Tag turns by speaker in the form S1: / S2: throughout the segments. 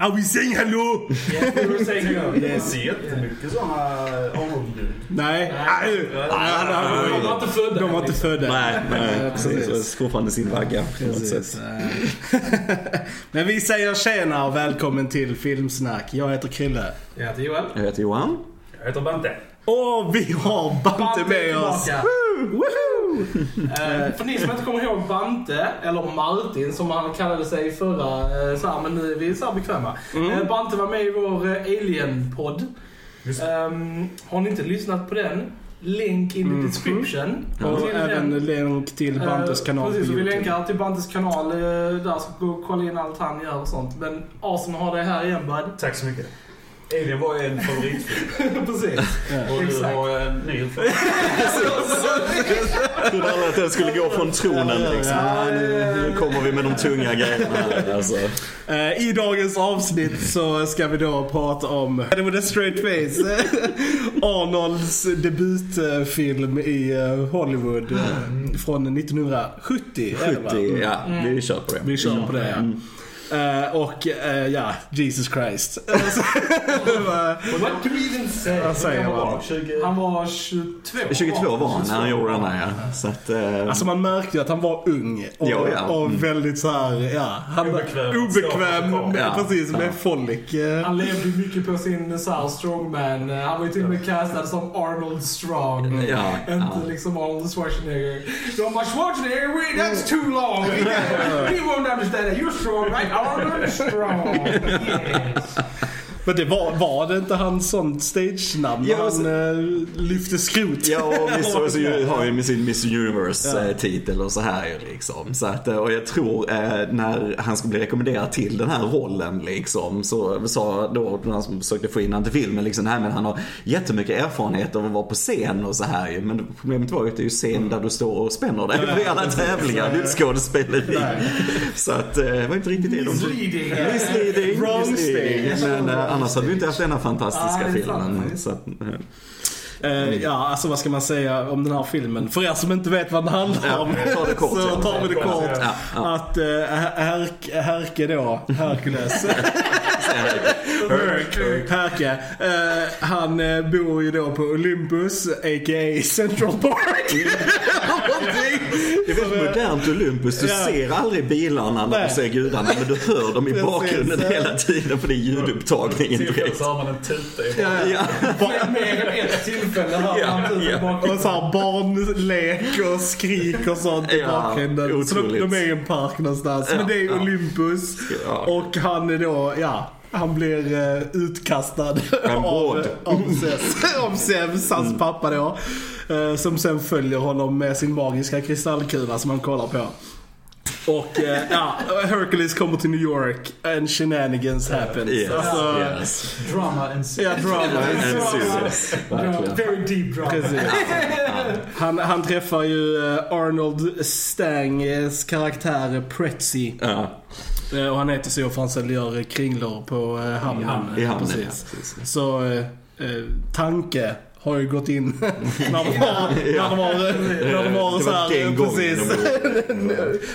S1: Are we saying hello?
S2: Det är så jättemycket såna ålder.
S1: Nej. Au. Nej, nej, nej.
S3: De var inte födda.
S1: De var inte födda.
S4: Nej, nej.
S1: Precis.
S4: Precis. Så Fortfarande sin vagga på något
S1: Precis.
S4: sätt.
S1: Men vi säger tjena och välkommen till Filmsnack. Jag heter Krille.
S3: Jag heter Joel.
S4: Jag heter Johan.
S3: Jag heter Bante.
S1: Och vi har Bante med oss. Woho!
S3: Eh, för ni som inte kommer ihåg Bante, eller Martin som han kallade sig i förra, eh, så här, men nu är vi så här bekväma.
S1: Mm.
S3: Eh, Bante var med i vår eh, Alien-podd.
S2: Just
S3: Ehm, har ni inte lyssnat på den? Länk in i description.
S1: Mm. Och
S3: Till den.
S1: även länk till
S3: Eh,
S1: Bantes kanal på
S3: Precis, och vi
S1: YouTube.
S3: länkar till Bantes kanal eh, där så gå och kolla in allt han gör och sånt. Men awesome att ha dig här igen bud.
S2: Tack så mycket. Alien var ju en favoritfilm.
S3: precis.
S2: Och nu
S3: Exakt.
S2: har jag en ny favorit.
S4: Trodde aldrig att den skulle gå från tronen liksom.
S1: Ja,
S4: Nej, nu, nu kommer vi med de tunga grejerna här alltså.
S1: Eh, I dagens avsnitt så ska vi då prata om, det var det straight face, Arnolds debutfilm i eh, Hollywood eh, från 1970. är Mm. det va?
S4: 70, ja. Vi kör på det.
S1: Vi kör på det ja.
S4: Mm.
S1: Eh, och eh, ja, Jesus Christ.
S3: What do we even say?
S1: Vad säger
S3: Han var-
S1: man?
S2: 20...
S3: Han var 22.
S4: 22 var han när han gjorde den här ja. Så att, eh,
S1: Alltså man märkte ju att han var ung och,
S4: Ja, ja. Mm.
S1: och väldigt så här, ja. Han
S2: Obekväm.
S1: obekväm med,
S4: Ja,
S1: precis,
S4: ja.
S1: med folk. eh.
S3: Han levde ju mycket på sin eh, så här, strongman. Eh, Han var ju till och med castad som Arnold Strong.
S4: Ja,
S3: Inte
S4: ja.
S3: liksom Arnold Schwarzenegger. So my Schwarzenegger, we- that's too long. Yeah. He won't understand that. You're strong, right? Arnold Strong. Yes.
S1: Men det var, var det inte hans sånt stage-namn?
S4: Ja,
S1: han
S4: alltså-
S1: eh, lyfte skrot.
S4: Ja, och Miss Universe har ju med sin Miss Universe-titel och så här ju liksom. Så att, eh, och jag tror eh, när han skulle bli rekommenderad till den här rollen liksom så sa då den som försökte få in honom till filmen liksom, nej men han har jättemycket erfarenhet av att vara på scen och så här ju. Men problemet var ju att det är ju scen där du står och spänner dig vid alla tävlingar. Det är inte skådespeleri. Så att eh, det var inte riktigt det
S3: Alltså,
S4: de...
S3: Misleading.
S4: Misleading,
S1: Wrong
S4: misleading.
S1: stage.
S4: Men eh, annars hade vi inte haft denna fantastiska
S3: Ah, det är sant.
S4: filmen. Så att, eh.
S1: Eh,
S4: Mm.
S1: ja, alltså vad ska man säga om den här filmen? För er som inte vet vad den handlar om
S4: Ja, ta det kort,
S1: så
S4: ja.
S1: tar vi det kort.
S2: Ja,
S4: ja.
S1: Att eh, Her- Herk- Herke då, Herkules. Herke. Eh, han eh, bor ju då på Olympus, a.k.a. Central Park.
S4: Mm. Det är väldigt modernt Olympus. Du
S1: Ja.
S4: ser aldrig bilarna när
S1: Nej.
S4: du ser gudarna men du hör dem i
S1: Precis.
S4: bakgrunden hela tiden för det är ljudupptagningen
S2: Tillfället
S4: direkt.
S2: så har man en tuta i
S1: Ja,
S4: Ja,
S3: Mer- Mer än ett tillfälle hörde
S4: Ja,
S3: han tusen
S4: ja.
S3: bakom.
S1: Och så här barnlek och skrik och sånt i
S4: Ja,
S1: bakgrunden. Så de,
S4: otroligt.
S1: de är i en park någonstans.
S4: Ja,
S1: Men det är
S4: ja.
S1: Olympus.
S4: Ja.
S1: Och han är då, ja. Han blir eh, utkastad av, eh,
S4: Rambod.
S1: av Zeus, av Zeus,
S4: Mm.
S1: hans pappa då. Eh, som sen följer honom med sin magiska kristallkula som han kollar på. Och eh, ja, Hercules kommer till New York and shenanigans happens.
S4: Yes,
S1: Alltså,
S4: yes.
S2: Drama and sex.
S1: Ja, drama.
S4: And serious.
S3: Ja,
S4: Verkligen.
S3: Very deep drama.
S1: Precis. Han, han träffar ju eh, Arnold Stangs karaktär eh, Pretzi.
S4: Ja,
S1: Eh, Och han heter så för han säljer eh, kringlor på eh, hamnen.
S4: i hamnen.
S1: Precis.
S4: ja, precis.
S1: Så eh, eh, Tanke har ju gått in när de har, när de har, när de har
S4: Det
S1: så
S4: var
S1: här,
S4: den
S1: eh,
S4: gången
S1: precis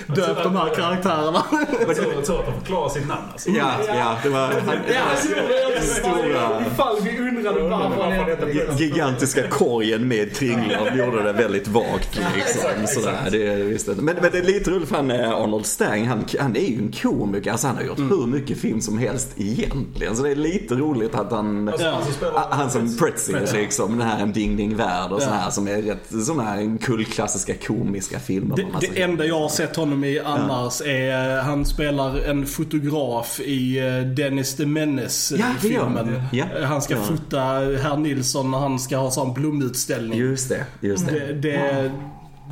S1: döpt de här karaktärerna.
S2: Så så att de förklarar sitt namn alltså.
S4: Ja, ja, det var
S3: Ja, alltså, jag vet inte.
S4: Stora.
S3: Ifall vi undrade varför han hette det.
S4: den gigantiska korgen med kringlor gjorde det väldigt vagt liksom. Sådär. Det, är- visst, men, men det är lite roligt för han eh, Arnold Stang, han, han är ju en komiker. Alltså han har
S1: Mm.
S4: gjort hur mycket film som helst egentligen. Så det är lite roligt att han...
S2: Alltså, han som spelar-
S4: Han som Pretzi liksom, den här En Ding Ding Värld och sådär som är rätt sådana här kulklassiska komiska filmer.
S1: Det,
S4: vad man
S1: det
S4: säger.
S1: enda jag har sett honom i annars är eh, han spelar en fotograf i eh, Dennis the
S4: Ja, det gör
S1: Menace-filmen.
S4: han. Ja.
S1: Eh, Han ska
S4: Ja.
S1: fota herr Nilsson när han ska ha sån blomutställning.
S4: Just det, just det.
S1: Det,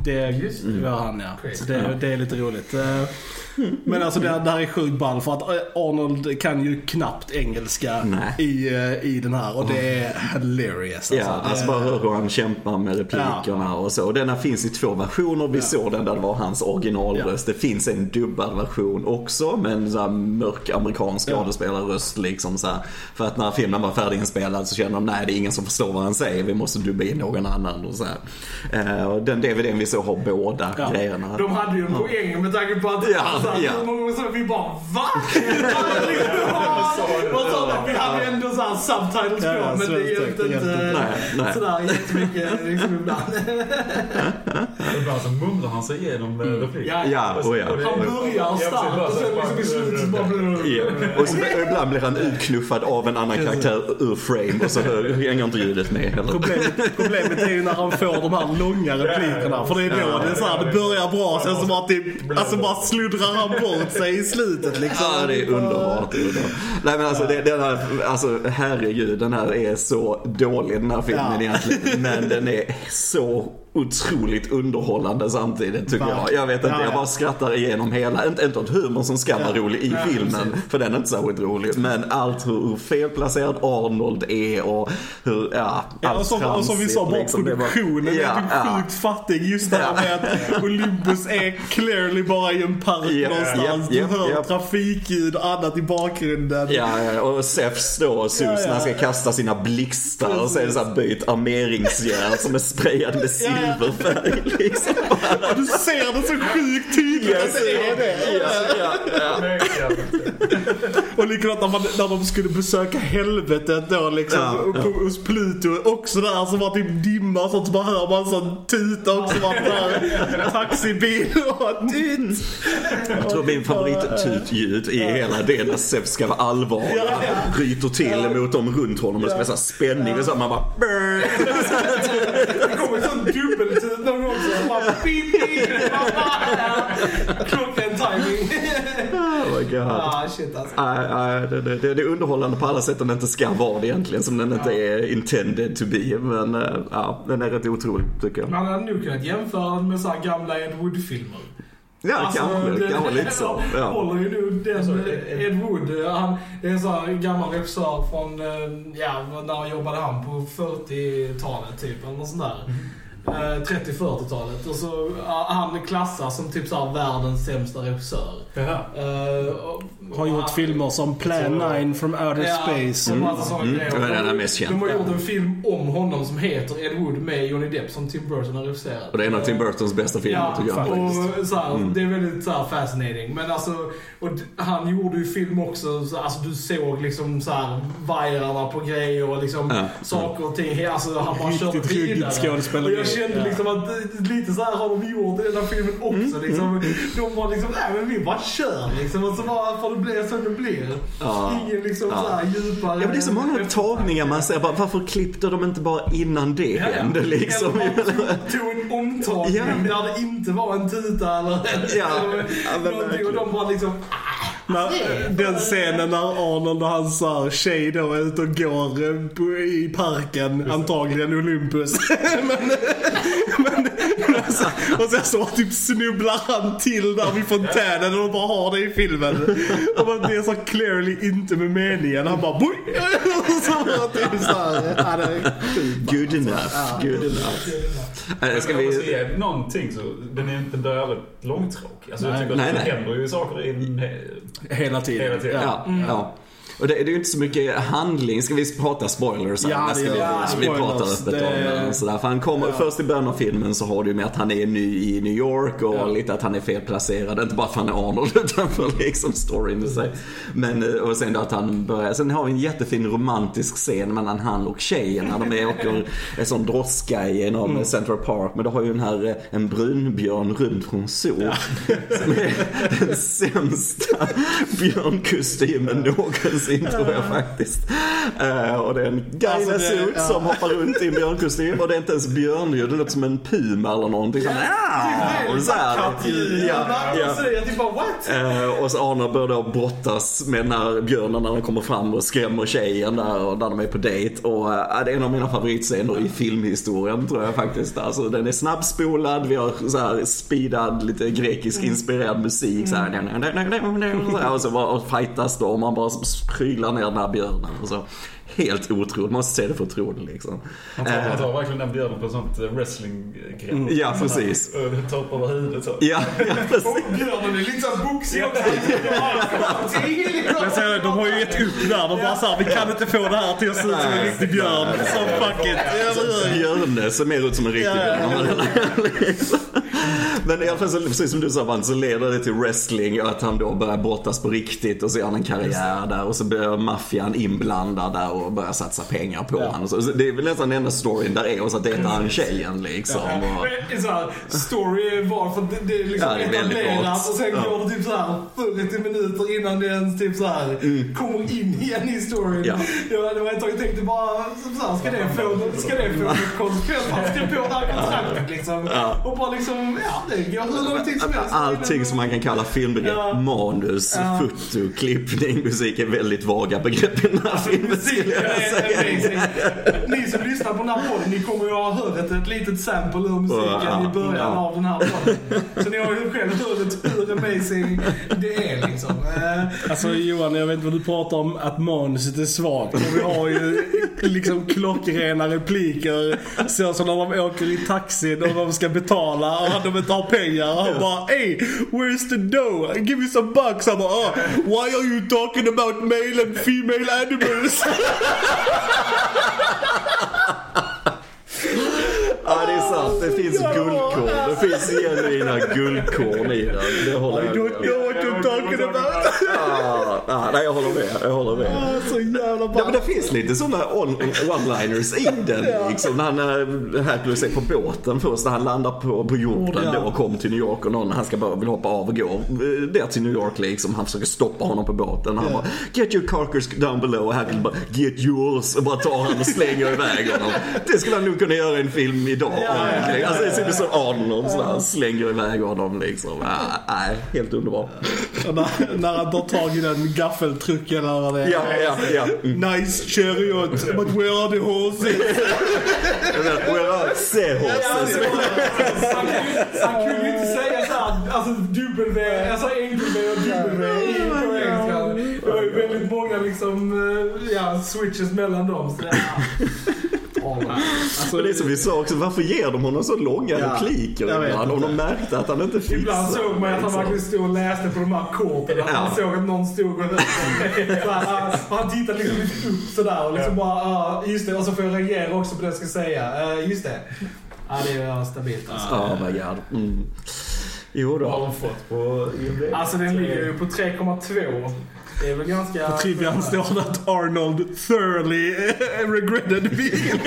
S1: det, det var han ja.
S3: Crazy.
S1: Så det, det är lite roligt. Eh, Men alltså det, det här är sjukt ball för att eh, Arnold kan ju knappt engelska
S4: Nej.
S1: i, eh, i den här och det är hilarious.
S4: Ja, alltså,
S1: det,
S4: bara hör hur han kämpar med replikerna och så. Och denna finns i två versioner. Vi såg den där det var hans originalröst. Det finns en dubbad version också med en så här mörk amerikansk skådespelarröst liksom så här. För att när filmen var färdiginspelad så kände de nej det är ingen som förstår vad han säger. Vi måste dubba in någon annan och så här. Eh, och den DVDn vi vi så har båda
S1: Ja.
S4: grejerna.
S3: De hade ju en poäng med tanke på att
S4: Ja,
S3: alltså, att
S4: ja.
S3: hur många gånger så vi bara VA? Och så, vi hade ändå så här subtitles på
S1: Ja, ja,
S3: men det
S1: svenskt text,
S3: hjälpte
S1: det hjälpte
S3: inte
S4: Nej, nej.
S3: sådär jättemycket liksom ibland.
S2: Ibland så mumlar han sig igenom mm. repliker.
S3: Ja,
S4: Ja, oh ja.
S3: Han börjar starkt och sen liksom i slutet så bara...
S4: Ja. Och så, och ibland blir han utknuffad av en annan karaktär ur frame och så hör- hänger inte ljudet med heller.
S1: Problemet, problemet är ju när han får de här långa replikerna. För det är då det, är så här, det börjar bra sen så bara, typ, alltså bara sluddrar han bort sig i slutet liksom.
S4: Ja, det är underbart. det är underbart. Nej men alltså, det, den här, alltså herregud, den här är så dålig den här filmen
S1: Ja.
S4: egentligen. Men den är så otroligt underhållande samtidigt tycker jag. Jag vet inte,
S1: Ja,
S4: jag
S1: ja.
S4: bara skrattar igenom hela. Inte, inte åt humorn som ska vara rolig i filmen, för den är inte särskilt rolig. Men allt hur, hur felplacerad Arnold är och hur, ja,
S1: Ja,
S4: allt
S1: och, som, och som vi sa,
S4: tramsigt,
S1: bara
S4: liksom. Det är bara-
S1: produktionen
S4: Ja,
S1: är typ
S4: ja.
S1: sjukt fattig. Just det här
S4: Ja.
S1: med att Olympus är clearly bara i en park
S4: Japp,
S1: någonstans.
S4: japp,
S1: Du
S4: japp,
S1: hör
S4: japp.
S1: trafikljud och annat i bakgrunden.
S4: Ja, ja, och Sef står och Sus
S1: Ja, ja.
S4: när han ska kasta sina blixtar och så är det så här böjt armeringsjärn som är sprayad med silverfärg liksom.
S1: Och du ser det så sjukt tydligt att det är det.
S4: Ja, ja, ja.
S1: Och likadant när, man, när de skulle besöka helvetet då liksom.
S4: Ja,
S1: och- och- Hos Pluto också där så var typ dimma och sånt. Så man hör man en sån tuta också. Man hör taxibil och tut.
S4: Jag tror min favorittutljud i hela det är när Sef ska vara allvarlig. Ryter till mot dem runt honom och det är så här spänning och så här, man bara "Brr."
S3: Det kommer en sån dubbeltut någon gång så bara pip, pip, Klockan timing.
S4: Oh my god.
S3: Ah shit alltså.
S4: Nej, nej, det, det, det, det är underhållande på alla sätt den inte ska vara det egentligen. Som den inte är intended to be. Men eh, ja, den är rätt otrolig tycker jag.
S3: Man hade nog kunnat jämföra den med så här gamla Ed Wood-filmer.
S4: Ja,
S3: Alltså,
S4: kanske,
S3: den-
S4: kanske lite så. Ja.
S3: Håller ju nu den Ed Wood. eh, Han det är en sån här gammal regissör från, eh, ja, när jobbade han på 40-talet typ, eller något sånt där. Eh, 30-40-talet. Och så eh, han klassas som typ så här världens sämsta regissör.
S2: Ja.
S3: Eh, och-
S1: Har gjort
S3: och-
S1: filmer som Plan 9 from Outer Space.
S3: och massa såna
S4: Mm.
S3: grejer.
S4: Det var den han mest
S3: de,
S4: känd.
S3: de har gjort en film om honom som heter Ed Wood med Johnny Depp som Tim Burton har regisserat.
S4: Och det är en av Tim Burtons bästa filmer
S3: Ja,
S4: tycker jag Mm. faktiskt.
S3: och så här, det är väldigt så här fascinating. Men alltså, och d- han gjorde ju film också, så, alltså du såg liksom så här vajrarna på grejer och liksom
S4: Ja.
S3: saker och ting. Alltså han bara
S1: Riktigt
S3: kört
S1: ruggigt
S3: vidare. Och
S1: skådespeleri.
S3: jag kände
S1: Ja.
S3: liksom att eh, lite så här har de gjort i den här filmen också.
S4: Mm.
S3: Liksom. De var liksom, nej men vi bara kör liksom. Och så bara får det bli som det blir.
S4: Ja.
S3: Ingen liksom
S4: Ja.
S3: så här djupare...
S4: Ja, men det är så många tagningar man säger bara, varför klippte de inte bara innan det hände liksom?
S3: Eller man tog- tog en omtagning
S4: Ja.
S3: där det inte var en tuta eller
S4: Ja.
S3: eller
S4: Ja, men
S3: någonting. Och
S4: verkligen.
S3: de bara liksom...
S1: När, den scenen när Arnold och hans så här, tjej då är ute och går eh, på- i parken, antagligen Olympus. men, men, men alltså, och sen så typ snubblar han till där vid fontänen och de bara har det i filmen. Och man, det är så clearly inte med meningen. Han bara boj! Och så bara typ så här, ja, det är sjukt.
S4: Good enough, good enough. Äh, Ska
S2: Ska vi...
S4: vi...
S2: Måste ge alltså, någonting så den är inte dödligt långtråkig. Alltså, jag
S1: Nej.
S2: tycker att
S4: Nej,
S2: det
S4: nej.
S2: händer ju saker i en... eh,
S1: Hela tiden.
S2: Hela tiden.
S4: Ja,
S1: Mm.
S4: ja. Och det, det är ju inte så mycket handling. Ska vi prata spoilers? här?
S1: Ja, det
S4: Eller ska
S1: gör
S4: vi,
S1: vi.
S4: ska vi prata
S1: Spoilers,
S4: öppet
S1: det-
S4: om den och sådär. För han kommer, först i början av filmen så har du ju med att han är ny i New York och lite att han är felplacerad. Inte bara för att han är Arnold utan för liksom storyn i sig. Men, eh, och sen då att han börjar, sen har vi en jättefin romantisk scen mellan han och tjejen när de är åker en sån droska genom
S1: Mm.
S4: Central Park. Men då har ju den här eh, en brunbjörn rymd från zoo. Som är den sämsta björnkostymen någonsin tror jag faktiskt. Eh, Och det är en guy
S1: Alltså,
S4: in a
S1: det-
S4: suit
S1: ja.
S4: som hoppar runt i en björnkostym och det är inte ens björnljud, det låter som en puma eller någonting. Som, "Ah!" och så här. Ja, ja.
S3: Jag säger typ bara what?
S4: Eh, och så Arnold börjar då brottas med den här björnen när han kommer fram och skrämmer tjejen där och när de är på dejt. Och eh, det är en av mina favoritscener i filmhistorien tror jag faktiskt. Alltså den är snabbspolad, vi har så här speedad, lite grekisk inspirerad musik så här. Så här, Och så bara och fightas då och man bara prylar ner den här björnen. Och så. Helt otroligt, man måste se det för att tro det liksom.
S2: Han tar, han tar verkligen den björnen på ett sånt eh, wrestlinggrepp.
S4: Mm, Ja, precis.
S2: Och tar upp över huvudet så.
S4: Ja, ja precis.
S3: Björnen är lite såhär boxig också.
S1: Men sen, de har ju gett upp där. De bara såhär, vi kan inte få det här till att se ut som en riktig
S4: Alltså,
S1: björn. Så fuck it. Ja, det gör inget.
S4: Björne ser mer ut som en riktig
S1: Ja, ja,
S4: björn. Men i alla fall, så, precis som du sa Band, så leder det till wrestling och att han då börjar brottas på riktigt och så gör han en karriär där och så blir maffian inblandad där och börjar satsa pengar på honom. Och så, så det är väl nästan den enda storyn där är och så dejtar han tjejen liksom. Och,
S3: Men så här, story var för det, det är liksom
S4: Ja, det är väldigt
S3: etablerat
S4: vagt.
S3: och sen
S4: Ja.
S3: går det typ så här 40 minuter innan det ens typ så här kommer in igen i storyn.
S4: Mm. Ja.
S3: Jag, det var ett tag jag tänkte bara, så här, ska det få, ska det få någon konsekvens? Han skrev på det här kontraktet liksom.
S4: Ja.
S3: Och bara liksom, ja det går hur lång tid som helst.
S4: Allting som man kan kalla filmbegrepp,
S3: Ja.
S4: manus,
S3: Ja.
S4: foto, klippning, musik är väldigt vaga begrepp i den här filmen skulle jag säga.
S3: Ni som lyssnar på den här podden, ni kommer ju ha hört ett, ett litet sample ur musiken
S4: Ja,
S3: i början
S4: ja.
S3: av den här podden. Så ni har ju själv hört hur amazing det är liksom. Eh,
S1: Alltså Johan, jag vet inte vad du pratar om, att manuset är svagt. Och vi har ju liksom klockrena repliker. Så som när de åker i taxin och de ska betala och de inte har pengar. Och han bara Hey, where's the dough? Give me some bucks. Han bara "Ah, Why are you talking about male and female animals?
S4: Ja, det är sant. Det finns
S1: jävla
S4: guldkorn. Det finns genuina guldkorn i den. Det håller
S1: I
S4: jag
S1: don't
S4: med
S1: know
S4: om.
S1: what you're talking about.
S4: Ja, ja, nej, jag håller med. Jag håller med.
S1: Ah, Så jävla
S4: Ja, men det
S1: bra.
S4: finns lite sådana on- one-liners i den. Liksom, när han eh, Hercules är på båten först, när han landar på, på jorden då och kom till New York och någon han ska bara vill hoppa av och gå eh, ner till New York liksom. Han försöker stoppa honom på båten. Han bara “Get your carcass down below” och Hercules bara “Get yours” och bara tar han och slänger iväg honom. Det skulle han nog kunna göra i en film idag. egentligen. Alltså det sitter som Arnold sådär, slänger iväg honom liksom. Ah, Nej, helt underbart.
S1: Och när- När han tar tag i den gaffeltrucken eller vad det är.
S4: Ja, ja, ja.
S1: Nice chariot, but where are the horses?
S4: Where are seahorses?
S3: Han kunde ju- han kunde ju inte säga såhär, alltså W, alltså enkel V och W i korrekt. Det var ju väldigt många liksom, eh, ja, switches mellan dem. Så, det- ja. Ja, nej.
S1: Alltså,
S4: Men det är som vi sa också, varför ger de honom så långa
S1: Ja,
S4: repliker
S1: jag vet
S4: ibland? Om de märkte att han inte fick
S3: Ibland såg man att han verkligen stod och läste på de här korten. Att Man
S4: Ja.
S3: såg att någon stod och läste. Så här, han- Han tittade liksom lite upp sådär och liksom bara, ah, just det. Och så får jag reagera också på det jag ska säga. Eh, just det. Ja, det är ja, stabilt alltså.
S4: Oh my god. Mm. Jo
S2: Vad har
S4: då.
S2: de fått på IMDB?
S3: Alltså den ligger ju på 3,2. Det är väl ganska...
S1: På trivian står det att Arnold thoroughly eh, regretted being.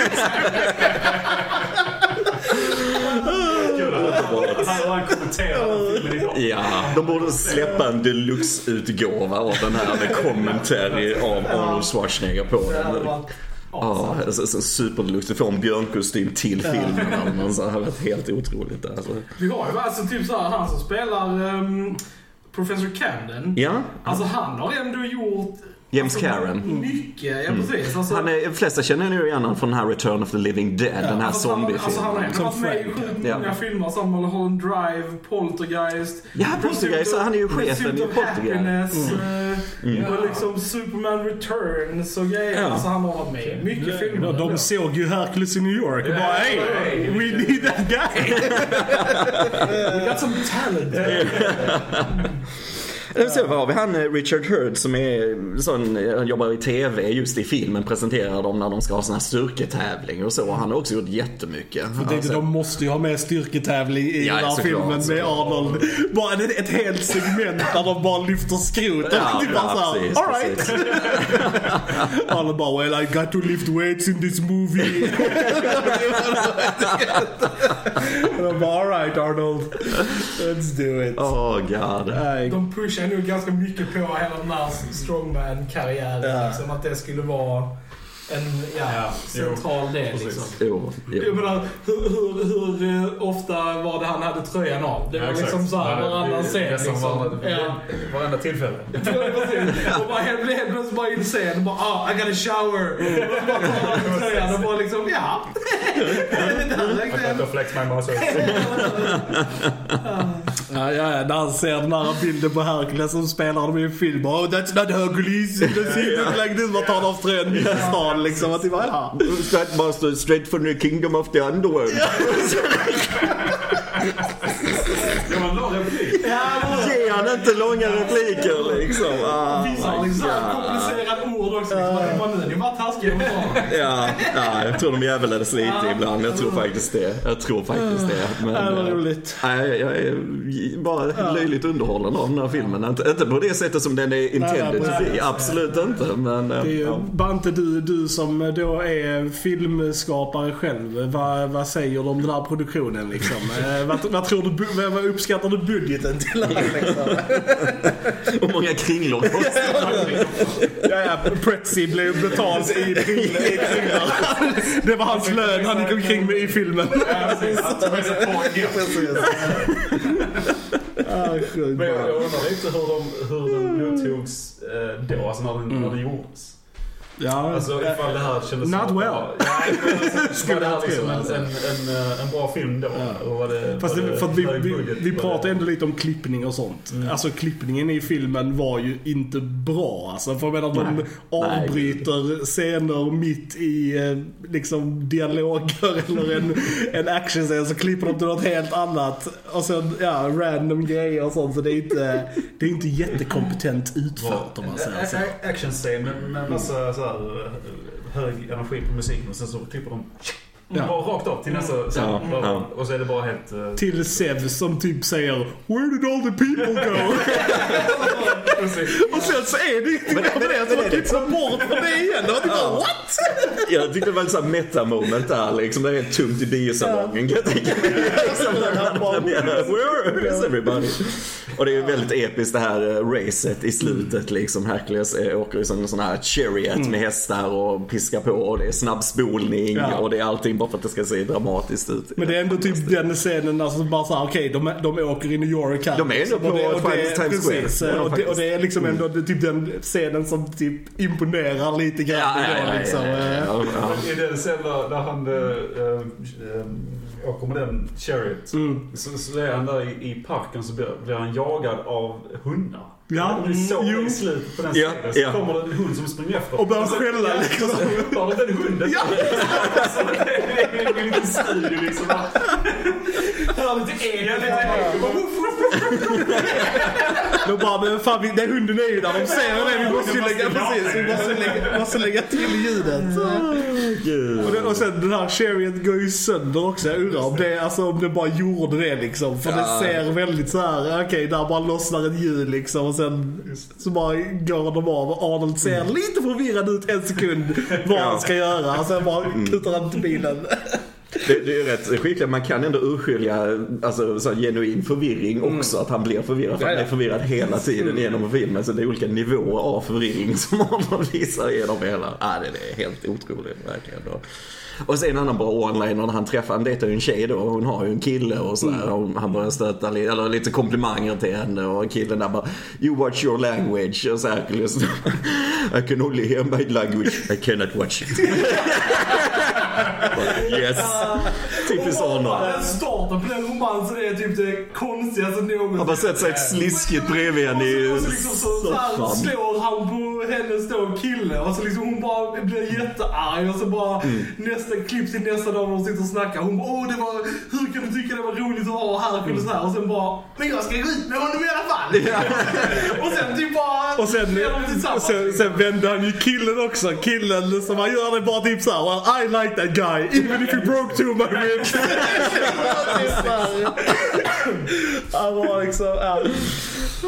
S2: Kul att han har kommenterat filmen idag.
S4: Ja, de borde släppa en deluxe-utgåva av den här med commentary av Arnold Schwarzenegger på
S3: Det hade
S4: den.
S3: varit
S4: Ja,
S3: awesome.
S4: alltså, alltså, superdeluxe. Du får en björnkostym till filmen. Alltså, det hade varit helt otroligt. Alltså.
S3: Vi har ju alltså typ såhär, han som spelar ehm, Professor Camden.
S4: Ja,
S3: Alltså han har ändå gjort...
S4: James
S3: alltså,
S4: Cameron.
S3: Mycket, ja precis. Alltså,
S4: Han är, de flesta känner nu igen honom från den här Return of the Living Dead, den här
S3: Alltså,
S4: zombiefilmen.
S3: Alltså han har ändå
S1: Som
S3: varit med i
S1: Frank.
S3: sjukt
S4: Ja.
S3: många filmer som Mulholland Drive, Poltergeist.
S4: Ja, Poltergeist,
S3: Pursuit of-
S4: han är ju chefen i
S3: Pursuit of
S4: Poltergeist. Mm.
S3: Happiness, eh, Och liksom Superman Returns och grejer.
S4: Ja.
S3: Alltså han har varit med i mycket filmer.
S1: Ja, de såg ju Hercules i New York och bara hey, we need that guy.
S3: We got some talent.
S4: Eller så har vi han eh, Richard Hurd som är sån, eh, han jobbar i TV just i filmen presenterar dem när de ska ha sån här styrketävling och så. Han har också gjort jättemycket.
S1: Jag tänkte, de måste ju ha med styrketävling i
S4: Ja,
S1: den här
S4: såklart,
S1: filmen med
S4: såklart.
S1: Arnold. Bara ett, ett helt segment där de bara lyfter skrot.
S4: Ja,
S1: och typ bara
S4: ja,
S1: såhär,
S4: precis,
S1: alright. Arnold bara, well I got to lift weights in this movie. och de bara, alright Arnold, let's do it.
S4: Oh god.
S1: Nej,
S3: De pushar nog ganska mycket på hela den här strongman-karriären. Liksom, att det skulle vara en ja,
S2: Ja,
S3: central del.
S2: precis.
S3: Liksom.
S4: Jo,
S3: Jag
S4: jo.
S3: menar, hur, hur, hur eh, ofta var det han hade tröjan av? Det var
S2: Ja, exakt.
S3: liksom såhär
S2: Ja, det-
S3: varannan
S2: det-
S3: scen
S2: nästan
S3: liksom.
S2: varandra-
S3: Ja.
S2: Varenda tillfälle.
S3: Precis. och bara helt helt plötsligt bara in i scen och bara ah, I got a shower. Och så bara tar han av tröjan och bara liksom ja. Det här
S2: Jag kan
S3: räckte.
S2: inte flex my muscles.
S1: Ja, ja, ja, när han ser den här bilden på Hercules som spelar dem i en film. Oh, that's not Hercules. It doesn't look like this. Man tar av strön mitt i stan liksom. Att det bara, ja.
S4: Strutmaster straight from the kingdom of the underworld.
S2: Ja, men bra replik.
S3: Ja, det var det.
S4: Ge han inte långa repliker liksom. Ah,
S3: Visar liksom såhär komplicerade ord också. Liksom, uh. Bara, nu är ni bara taskiga mot honom.
S4: Ja, ja, jag tror de jävlades lite ibland. Jag tror faktiskt det. Jag tror faktiskt det. Men,
S1: Ja, vad
S4: eh,
S1: roligt.
S4: Nej, jag är bara löjligt underhållen av den här filmen. Inte, inte på det sättet som den är intended to be. Absolut inte. Men, eh,
S1: Det är ju,
S4: ja.
S1: Bante, du, du som då är filmskapare själv. Vad, vad säger du om den här produktionen liksom? Eh, vad, vad tror du, bu- vad, vad uppskattar du budgeten till? den här, Liksom?
S4: Och många kringlor
S1: Ja, ja, Pretzi blev betald i prylar. i prylar. Det var hans lön han gick omkring med i filmen.
S2: Ja, precis. Att de är så tråkiga.
S1: Ah, sjukt
S2: Men jag jag
S1: bra.
S2: undrar lite hur, de, hur den mottogs eh, då, alltså när den, när den gjordes.
S1: Ja,
S2: Alltså ifall det här kändes...
S1: Mm. Not
S2: som-
S1: well.
S2: Ja, men alltså,
S1: Skulle
S2: var det
S1: jag
S2: här
S1: tro,
S2: liksom en,
S1: alltså.
S2: en, en, eh, en bra film då? Och var det,
S1: Fast
S2: var
S1: det, för att vi,
S2: hög
S1: vi,
S2: budget?
S1: vi
S2: Var
S1: pratar
S2: det- Mm.
S1: ändå lite om klippning och sånt. Alltså klippningen i filmen var ju inte bra alltså. För jag menar de
S4: Nej.
S1: avbryter scener mitt i eh, liksom dialoger eller en, en actionscen så klipper de till något helt annat. Och sen ja, random grejer och sånt. Så det är inte, det är inte jättekompetent utfört om man säger så.
S2: A- a- Action scene med, med massa så här, eh, hög energi på musiken och sen så klipper de
S1: Ja.
S2: bara rakt upp till nästa scen.
S4: Ja,
S2: Bara-
S4: ja.
S2: Och så är det bara helt... eh,
S1: Till Sev som typ säger Where did all the people go?
S2: precis.
S1: och sen så är det ingenting
S4: Men-
S1: av
S4: men-
S1: det. Så de klipper
S4: men-
S1: bort från det igen. Och det bara,
S4: Ja.
S1: what?
S4: Jag tyckte det var en sån här meta-moment där liksom. Det är helt tomt i biosalongen kan jag tänka mig. Liksom, när den här premiären. Where is everybody? Och det är ju väldigt episkt det här eh, racet i slutet
S1: Mm.
S4: liksom. Hercules eh, åker i sån sån här chariot med hästar och piskar på och det är snabbspolning
S1: Ja.
S4: och det är allting bara för att det ska se dramatiskt ut.
S1: Men det är ändå typ den scenen alltså bara såhär, okej de, de åker i New York här.
S4: De är ändå
S1: liksom, och
S4: på
S1: det- och det-
S4: Times- Times Square.
S1: Precis,
S4: Ja,
S1: och, det, och
S4: faktiskt. Mm.
S1: det är liksom ändå det- typ den scenen som typ imponerar lite grann.
S4: Ja, ja,
S1: ändå,
S4: ja,
S1: liksom.
S4: ja, ja, ja, ja.
S2: Men I den scenen där, där han äh, äh, åker med den chariot så, så är han där i, i parken så blir, blir han jagad av hundar.
S1: Ja,
S2: det är så
S1: mm, jo.
S2: i slutet på den
S4: Ja,
S2: scenen. så
S4: ja.
S2: kommer det en hund som springer efter.
S1: eh, Och börjar
S2: så-
S1: skälla,
S2: ja,
S1: liksom.
S2: Och så ropar de den hunden.
S1: Ja.
S2: Så det är- det är en liten studio liksom.
S3: Hör lite
S2: Ja,
S3: eko.
S2: lite eko. Bara, woof, woof, woof.
S1: De bara, men fan vi- den hunden är ju där, de ser det, vi måste ju lägga, precis, vi måste lägga, måste lägga till ljudet. Och, det, och sen den här chariot går ju sönder också, jag undrar om det, alltså, om det bara gjorde det liksom. För
S4: Ja.
S1: det ser väldigt så här, okej där bara lossnar ett hjul liksom och sen så bara går de av och Arnold ser lite förvirrad ut en sekund vad han ska göra och sen bara kutar han till bilen.
S4: Det, det är ju rätt skickligt. Man kan ändå urskilja alltså, så här, genuin förvirring också. Att han blir förvirrad. För
S1: Mm. Ja,
S4: han
S1: ja. Mm.
S4: är förvirrad hela tiden genom filmen. Så det är olika nivåer av förvirring som Arnold visar genom hela. Ah, det, det är helt otroligt verkligen. Då. Och sen en annan bra online när han träffar, han dejtar ju en tjej då och hon har ju en kille och sådär.
S1: Mm.
S4: Och han börjar stöta li- eller lite komplimanger till henne och killen där bara You watch your language. Och så här, liksom, I can only hear my language, I cannot watch it. Yes! Typiskt Arnold.
S3: Den starten på den romansen är typ det konstigaste någonsin.
S4: Han bara sätter sig ett sliskigt bredvid henne i
S3: Och så liksom så, så här
S4: soffan.
S3: slår han på hennes då kille och så liksom hon bara blir jättearg och så bara
S1: Mm.
S3: nästa klipp till nästa dag när de sitter och snackar. Hon bara åh det var, hur kan du tycka det var roligt att ha
S1: Mm.
S3: här och så här och sen bara men jag ska gå ut med honom i alla fall. och sen typ bara
S1: Och sen,
S3: är de tillsammans.
S1: sen, sen vände han ju killen också. Killen som han gör det bara typ såhär well, I like that guy even if he broke two of my ribs. typ Han var liksom, ja.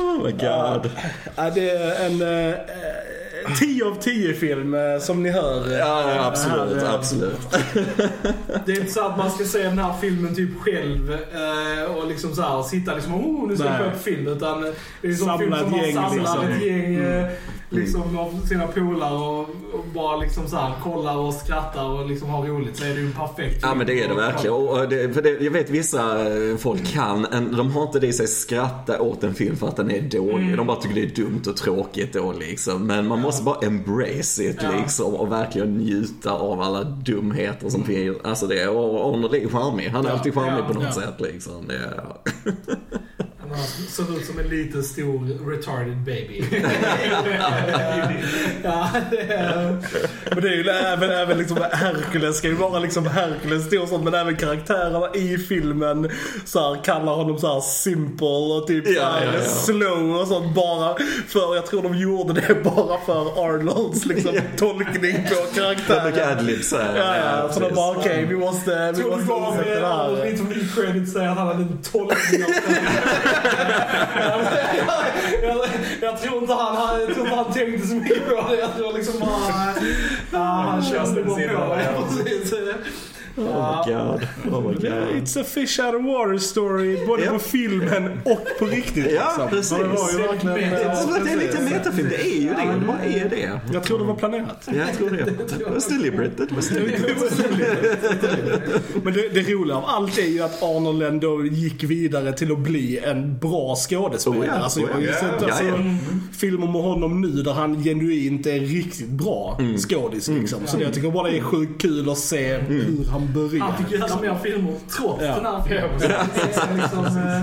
S4: Oh my god.
S1: Ja, det är en eh, 10 av 10 film eh, som ni hör.
S4: Ja, ja, absolut,
S1: Här, eh,
S4: absolut.
S3: Det är inte så att man ska se den här filmen typ själv eh, och liksom så här, sitta liksom oh nu ska
S1: Nej.
S3: jag på film. Utan det är en sån
S1: Samla
S3: film som
S1: ett
S3: man
S1: gäng,
S3: samlar
S1: liksom.
S3: ett gäng
S4: Mm.
S3: eh, liksom, av sina polare och, och bara liksom så här, kollar och skrattar och liksom har roligt. Så är det ju en perfekt
S4: Ja
S3: film.
S4: men det är det verkligen. Och och det, för det, jag vet vissa eh, folk kan, en- de har inte det i sig skratta åt en film för att den är dålig. De bara tycker det är dumt och tråkigt då liksom. Men man måste bara embrace it
S3: Ja.
S4: liksom och verkligen njuta av alla dumheter som finns. Alltså det, och och Arnold är charmig. Han är alltid charmig
S3: ja,
S4: på något
S3: ja.
S4: sätt liksom. Det, är-
S3: när han alltså, ser ut som en liten stor retarded baby. ja, det är...
S1: Men det är ju även, även liksom Hercules ska ju vara liksom Hercules stor och sånt men även karaktärerna i filmen så här, kallar honom så här simple och typ
S4: Ja,
S1: så här,
S4: ja, ja.
S1: slow och sånt bara för, jag tror de gjorde det bara för Arnolds liksom tolkning på
S4: Det är mycket
S1: karaktären.
S4: adlibs här.
S1: Ja, ja, så de
S4: precis.
S1: bara okej vi måste, vi
S3: Tror du
S1: måste
S3: bara
S1: sätta
S3: med
S1: det
S3: all
S1: här.
S3: liturgisk credit säger att han hade en tolkning av jag, jag, jag tror inte han, han, jag tror inte han tänkte så mycket på det. Jag tror liksom bara... Ja, han körde bara på det. Precis.
S4: Oh my god. Oh my god.
S1: It's a fish out of water story både
S4: Ja.
S1: på filmen och på riktigt.
S4: Ja,
S1: liksom.
S4: precis.
S1: Och Det var ju
S3: Det är
S1: verkligen, eh,
S3: bättre.
S1: ja,
S4: Så att Alltså, det är lite
S1: precis.
S4: metafilm, det är ju det. Det bara är det.
S1: Jag tror det var planerat.
S4: Ja, jag tror det. That was deliberate. That was deliberate.
S1: Men det, det roliga av allt är ju att Arnold ändå gick vidare till att bli en bra skådespelare.
S4: Oh ja,
S1: alltså, jag har ju
S4: oh ja.
S1: sett alltså,
S4: Ja,
S1: filmer med honom nu där han genuint är riktigt bra
S4: Mm.
S1: skådis. Liksom. Så det, jag tycker bara det är sjukt kul att se hur han
S3: Han
S1: börjar.
S3: fick göra mer filmer trots
S1: Ja.
S3: den här filmen. Så det är liksom, eh,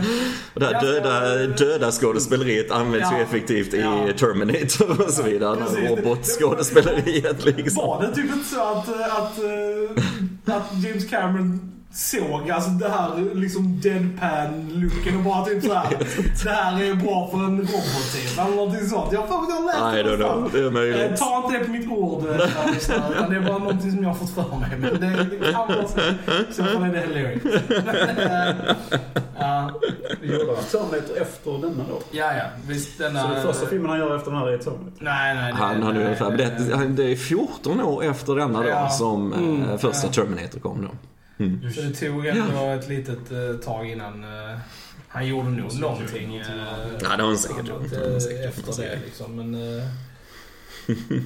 S4: Och det här döda, döda skådespeleriet används ju
S3: Ja.
S4: effektivt
S3: Ja.
S4: i Terminator och så vidare. Det här
S3: Precis.
S4: Robotskådespeleriet liksom.
S3: Var det typ inte så att, eh, att, eh, att James Cameron såg alltså det här liksom deadpan-looken och bara typ såhär Det här är bra för en robot typ, eller någonting sånt. Jag har för mig att jag
S4: I
S3: läste
S4: don't know, det är
S3: Eh,
S4: möjligt.
S3: Ta inte det på mitt ord, eh, Alistair, utan det är bara någonting som jag har fått för mig. Men det, det kan vara så. I så fall är det hilarious. Eh, ja,
S2: Gjorde han Terminator efter denna då?
S3: ja, ja, visst denna...
S2: Så den första filmen han gör efter den här är Terminator?
S3: Nej, nej. det-
S4: Han har nu
S3: nej,
S4: ungefär, men
S3: nej,
S4: det, han- det är 14 år efter denna då
S3: Eh. Ja.
S4: som eh,
S1: Mm,
S4: första
S3: ja.
S4: Terminator kom då. Mm.
S3: Så det tog ändå ett litet eh, tag innan eh, han gjorde nog någonting. eh,
S4: Ja, det har han säkert
S3: annat,
S4: gjort. Det
S3: eh,
S4: har han säkert gjort.
S3: Efter det liksom. Men eh,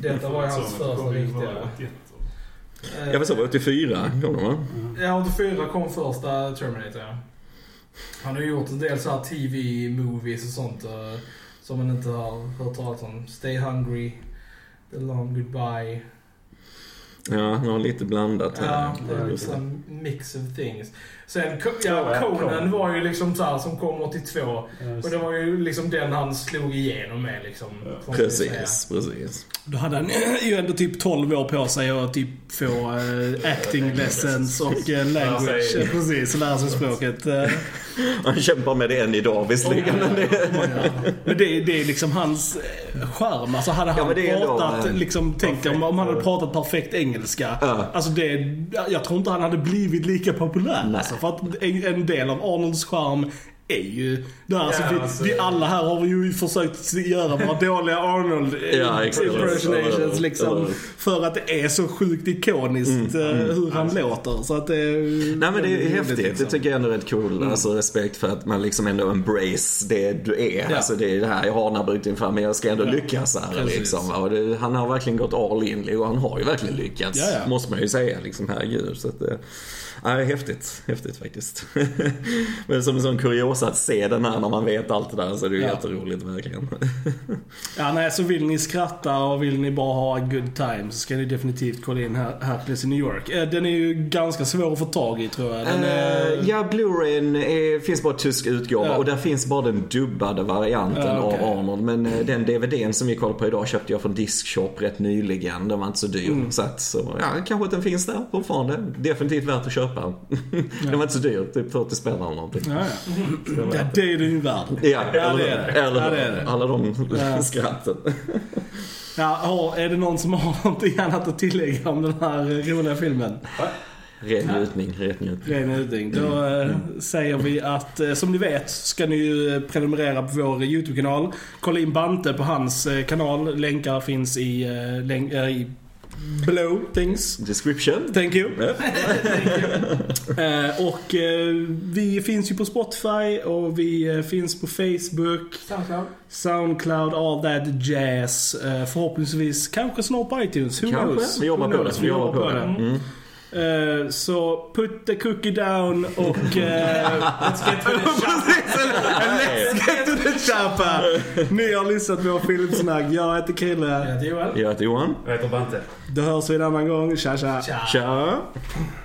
S3: detta var ju hans
S2: Terminator
S3: första
S2: kom ju bara
S3: riktiga.
S2: 81.
S4: Jag förstår,
S3: Eh,
S4: 84 kom de va?
S3: Ja, 84 kom första Terminator, ja. Han har ju gjort en del så här TV-movies och sånt eh, som man inte har hört talas om. Stay Hungry, The Long Goodbye.
S4: Ja, han har lite blandat här.
S3: Ja, det är
S4: Just
S3: liksom
S4: det.
S3: en mix of things. Sen, Co-
S2: Ja,
S3: ja,
S2: ja,
S3: Conan
S2: Conan.
S3: var ju liksom så här som kom 82. Och det var ju liksom den han slog igenom med liksom.
S2: Ja.
S3: får man ju säga.
S4: Precis, precis.
S1: Då hade han ju ändå typ 12 år på sig att typ få eh, acting lessons och eh, language.
S2: sig.
S1: Precis, lära sig språket. eh.
S4: Han kämpar med det än idag visserligen. men det-
S1: Men det, det är liksom hans eh, charm. Alltså hade han
S4: men det är ändå,
S1: pratat,
S4: eh,
S1: liksom, tänk om, om han hade pratat perfekt engelska.
S4: Ja.
S1: Alltså det, jag tror inte han hade blivit lika populär. Alltså, för att en, en del av Arnolds charm är ju det här. alltså,
S2: Ja,
S1: vi,
S2: alltså-
S1: vi alla här har ju försökt göra våra dåliga Arnold eh,
S4: Ja, exakt.
S1: impersonations liksom.
S4: Ja. Mm.
S1: För att det är så sjukt ikoniskt eh, hur han låter. Så att eh, det,
S4: Nej men det är
S1: roligt,
S4: häftigt. Det
S1: liksom.
S4: tycker jag ändå är rätt cool. Alltså respekt för att man liksom ändå embrace det du är.
S1: Ja.
S4: Alltså det är det här, jag har den här brytningen fram men jag ska ändå lyckas här
S1: Precis.
S4: liksom. va. Och det, han har verkligen gått all in och han har ju verkligen lyckats.
S1: Ja, ja.
S4: Måste man ju säga liksom, herregud. Så att, eh, ja, det är häftigt. Häftigt faktiskt. men som en sån kuriosa att se den här när man vet allt det där så är det ju
S1: Ja.
S4: jätteroligt verkligen.
S1: Ja, nej, så vill ni skratta och vill ni bara ha a good time så ska ni definitivt kolla in Her- Hercules i New York. Eh, Den är ju ganska svår att få tag i tror jag. Den är...
S4: Eh, ja, Blu-rayn är- finns bara tysk utgåva
S1: Ja.
S4: och där finns bara den dubbade varianten
S1: Ja, okej.
S4: av Arnold. Men eh, den DVDn som vi kollar på idag köpte jag från Diskshop rätt nyligen. Den var inte så dyr.
S1: Mm.
S4: Så, att, så ja, kanske att den finns där fortfarande. Definitivt värt att köpa. den var inte så dyr, typ 40 spänn eller någonting.
S1: Ja, ja. ja, det är den ju värd.
S4: Ja,
S1: Ja,
S4: eller,
S1: det är det.
S4: eller
S1: Ja, det är det.
S4: alla de
S1: Ja.
S4: skratten.
S1: Ja, har- är det någon som har någonting annat att tillägga om den här eh, roliga filmen?
S4: Ren njutning, ren njutning.
S1: Ren Huding. Då eh, säger vi att eh, som ni vet ska ni ju eh, prenumerera på vår YouTube-kanal. Kolla in Bante på hans eh, kanal. Länkar finns i, eh, länk, eh, i below things.
S4: Description.
S1: Thank you.
S4: Ja.
S1: Eh, och eh, vi finns ju på Spotify och vi eh, finns på Facebook,
S3: Soundcloud.
S1: Soundcloud, all that jazz. Eh, förhoppningsvis kanske snart på iTunes. Who
S4: Kanske.
S1: knows?
S4: Vi jobbar
S1: Who
S4: på
S1: knows?
S4: det. Vi jobbar på det.
S1: Mm. Eh, så put the cookie down och... eh,
S3: Let's get to the shop.
S1: Let's get to the chapa! Ni har lyssnat på vår filmsnack. Jag heter Chrille.
S3: Eh, Ja, det är väl.
S4: Jag heter Johan.
S2: Jag heter Bante.
S1: Då hörs vi en annan gång. Tja tja!
S3: Ciao.
S4: Tja!